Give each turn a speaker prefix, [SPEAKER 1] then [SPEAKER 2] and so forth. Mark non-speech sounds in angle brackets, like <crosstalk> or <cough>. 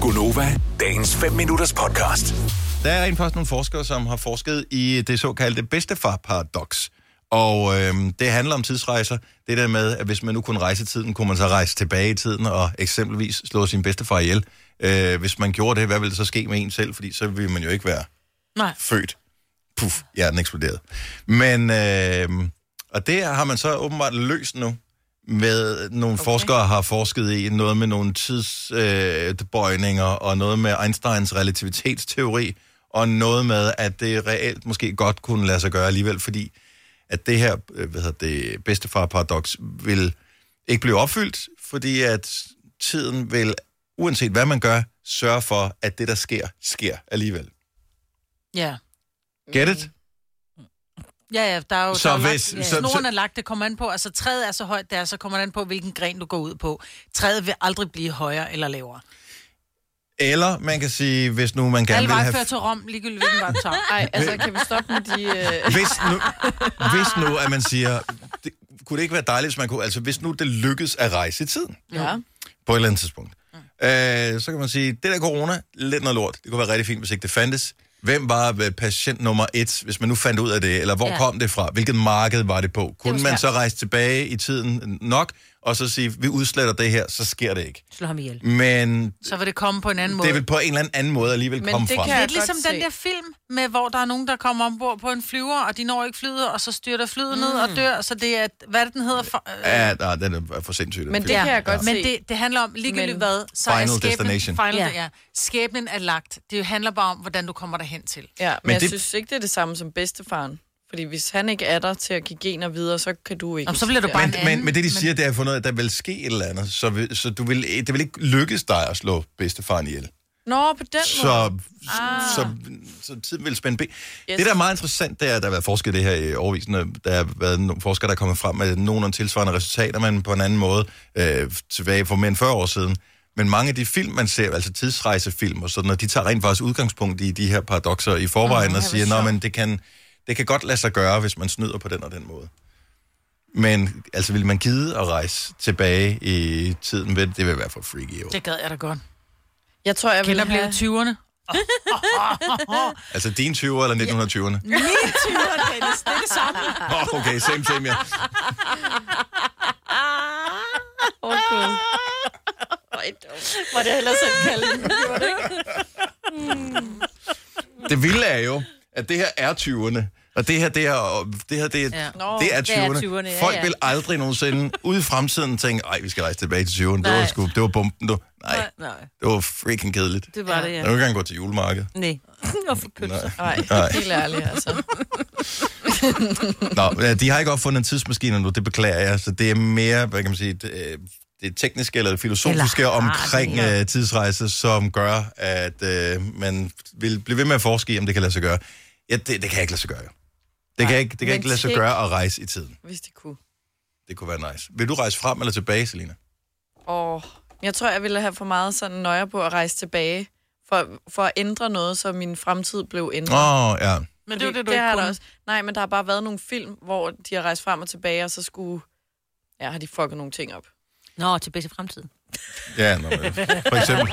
[SPEAKER 1] Gunova, dagens 5 minutters podcast.
[SPEAKER 2] Der er rent faktisk nogle forskere, som har forsket i det såkaldte bedstefar-paradox. Og øhm, det handler om tidsrejser. Det der med, at hvis man nu kunne rejse i tiden, kunne man så rejse tilbage i tiden og eksempelvis slå sin bedstefar ihjel. Øh, hvis man gjorde det, hvad ville der så ske med en selv? Fordi så ville man jo ikke være
[SPEAKER 3] Nej.
[SPEAKER 2] født. Puff, hjernen eksploderede. Men, øh, og det har man så åbenbart løst nu, med nogle okay. forskere har forsket i noget med nogle tidsbøjninger, og noget med Einsteins relativitetsteori, og noget med, at det reelt måske godt kunne lade sig gøre alligevel, fordi at det her, øh, hvad hedder det, bedstefar-paradox, vil ikke blive opfyldt, fordi at tiden vil, uanset hvad man gør, sørge for, at det, der sker, sker alligevel.
[SPEAKER 3] Ja.
[SPEAKER 2] Get it?
[SPEAKER 3] Ja, ja, der er jo
[SPEAKER 2] Så
[SPEAKER 3] der er jo
[SPEAKER 2] hvis-
[SPEAKER 3] lagt,
[SPEAKER 2] så-
[SPEAKER 3] så, snoren
[SPEAKER 2] så-
[SPEAKER 3] er lagt, det kommer an på, altså træet er så højt, det er, så kommer det an på, hvilken gren du går ud på. Træet vil aldrig blive højere eller lavere.
[SPEAKER 2] Eller man kan sige, hvis nu man gerne
[SPEAKER 3] Alle
[SPEAKER 2] vil
[SPEAKER 3] veje
[SPEAKER 2] have...
[SPEAKER 3] fører til Rom, ligegyldigt hvilken vej du
[SPEAKER 2] <laughs>
[SPEAKER 3] tager.
[SPEAKER 4] Ej, altså, kan vi stoppe med de... Øh...
[SPEAKER 2] Hvis nu, hvis nu, at man siger, det, kunne det ikke være dejligt, hvis man kunne, altså hvis nu det lykkedes at rejse i tiden,
[SPEAKER 4] Ja.
[SPEAKER 2] på et eller andet tidspunkt, øh, så kan man sige, det der corona, lidt noget lort, det kunne være rigtig fint, hvis ikke det fandtes. Hvem var øh, patient nummer et, hvis man nu fandt ud af det, eller hvor ja.
[SPEAKER 3] Ja.
[SPEAKER 2] kom det fra, hvilket marked var det på? Kunne
[SPEAKER 3] Det
[SPEAKER 2] det
[SPEAKER 3] var
[SPEAKER 2] man så
[SPEAKER 3] svært.
[SPEAKER 2] rejse tilbage i tiden nok, og så sige, vi udsletter det her, så sker det ikke.
[SPEAKER 5] Slå ham ihjel.
[SPEAKER 2] Men
[SPEAKER 3] Så vil det komme på en anden måde.
[SPEAKER 2] det vil på en eller anden måde alligevel
[SPEAKER 4] Men
[SPEAKER 2] komme
[SPEAKER 4] det
[SPEAKER 2] frem.
[SPEAKER 4] kan- jeg
[SPEAKER 3] Lidt ligesom
[SPEAKER 4] godt
[SPEAKER 3] den
[SPEAKER 4] se.
[SPEAKER 3] der film, med hvor der er nogen, der kommer ombord på en flyver, og de når ikke flyet, og så styrter flyet ned
[SPEAKER 4] Mm.
[SPEAKER 3] og dør, så det er, hvad er det, den hedder? For, øh,
[SPEAKER 2] Ja, nej, den er for sindssygt. den
[SPEAKER 4] Men det
[SPEAKER 2] film.
[SPEAKER 4] kan jeg godt
[SPEAKER 3] Men
[SPEAKER 4] se.
[SPEAKER 3] det, det handler om, ligegyldigt
[SPEAKER 4] Men-
[SPEAKER 3] hvad, så er
[SPEAKER 2] Final
[SPEAKER 3] skæbnen,
[SPEAKER 2] destination.
[SPEAKER 3] Final,
[SPEAKER 5] Ja.
[SPEAKER 3] ja. Ja, skæbnen er lagt. Det handler bare om, hvordan du kommer derhen til.
[SPEAKER 4] Ja, men,
[SPEAKER 2] Men
[SPEAKER 4] men jeg
[SPEAKER 2] det-
[SPEAKER 4] det... synes ikke, det er det samme som bedstefaren. Fordi hvis han ikke er der til at give gener videre, så kan du ikke.
[SPEAKER 3] Jamen, så bliver du bare en
[SPEAKER 2] Men, men,
[SPEAKER 3] anden.
[SPEAKER 2] men det, de siger, det er for noget, at der vil ske et eller andet, så, vil, så du vil, det vil ikke lykkes dig at slå bedstefaren ihjel.
[SPEAKER 4] Nå, på den måde.
[SPEAKER 2] Så, ah. så, så tiden vil spænde ben. Yes.
[SPEAKER 4] Yes.
[SPEAKER 2] Det, der er meget interessant, det er, at der har været forsket i det her i årvis. Der har været nogle forskere, der er kommet frem med nogle tilsvarende resultater, men på en anden måde øh, tilbage for mere end 40 år siden. Men mange af de film, man ser, altså tidsrejsefilm og sådan noget, de tager rent faktisk udgangspunkt i de her paradoxer i forvejen mm, og siger, at det kan, det kan godt lade sig gøre, hvis man snyder på den og den måde. Men altså, vil man gide at rejse tilbage i tiden? Vel, Det vil være for freaky, jo.
[SPEAKER 3] Det gad jeg da godt.
[SPEAKER 4] Jeg tror, jeg vil
[SPEAKER 3] Genopleve
[SPEAKER 4] have...
[SPEAKER 3] <laughs> 20'erne.
[SPEAKER 2] Altså, din 20'er eller 1920'erne?
[SPEAKER 3] Min 20'erne, Dennis. Det er det samme.
[SPEAKER 2] Åh, okay, same, same, ja.
[SPEAKER 4] Åh, Gud. Må det hellere selv kalde den.
[SPEAKER 2] Det vilde er jo, at det her er 20'erne. Og det her, det her, og det her, det, ja.
[SPEAKER 3] Ja.
[SPEAKER 2] det er
[SPEAKER 5] det er
[SPEAKER 2] 20'erne.
[SPEAKER 5] 20'erne, ja,
[SPEAKER 2] Folk
[SPEAKER 5] ja.
[SPEAKER 2] vil aldrig nogensinde ude i fremtiden tænke, ej, vi skal rejse tilbage til 20'erne. Det var,
[SPEAKER 5] Nej.
[SPEAKER 2] sgu, det var bomben, du. Nej,
[SPEAKER 5] Nej,
[SPEAKER 2] det var freaking kedeligt.
[SPEAKER 5] det var det,
[SPEAKER 2] Jeg
[SPEAKER 5] ja.
[SPEAKER 2] kan ikke engang gå til julemarkedet.
[SPEAKER 5] Nej. Hvorfor købt
[SPEAKER 2] Nej.
[SPEAKER 4] Nej,
[SPEAKER 2] Nej.
[SPEAKER 4] helt ærligt, altså.
[SPEAKER 2] Nå, men, øh, de har ikke opfundet en tidsmaskine nu, det beklager jeg. Så det er mere, hvad kan man sige, det, øh, det tekniske eller det filosofiske
[SPEAKER 5] Eller
[SPEAKER 2] eller,
[SPEAKER 5] har
[SPEAKER 2] omkring
[SPEAKER 5] det, ja.
[SPEAKER 2] øh, tidsrejse, som gør, at øh, man vil blive ved med at forske i, om det kan lade sig gøre. Ja, det, det kan ikke lade sig gøre. jo. Det kan ikke, det kan
[SPEAKER 4] men
[SPEAKER 2] ikke lade sig
[SPEAKER 4] tænk-
[SPEAKER 2] gøre at rejse i tiden.
[SPEAKER 4] Hvis det kunne.
[SPEAKER 2] Det kunne være nice. Vil du rejse frem eller tilbage, Selina?
[SPEAKER 4] Og jeg tror, jeg ville have for meget sådan nøje på at rejse tilbage. For, for at ændre noget, så min fremtid blev ændret.
[SPEAKER 2] Åh, oh, ja.
[SPEAKER 3] Men det er jo det, du
[SPEAKER 4] det
[SPEAKER 3] ikke
[SPEAKER 4] har der
[SPEAKER 3] kunne.
[SPEAKER 4] også. Nej, men der har bare været nogle film, hvor de har rejst frem og tilbage, og så skulle... Ja, har de fucket nogle ting op.
[SPEAKER 5] Nå, til bedste fremtid.
[SPEAKER 2] Ja, nå, men, for eksempel.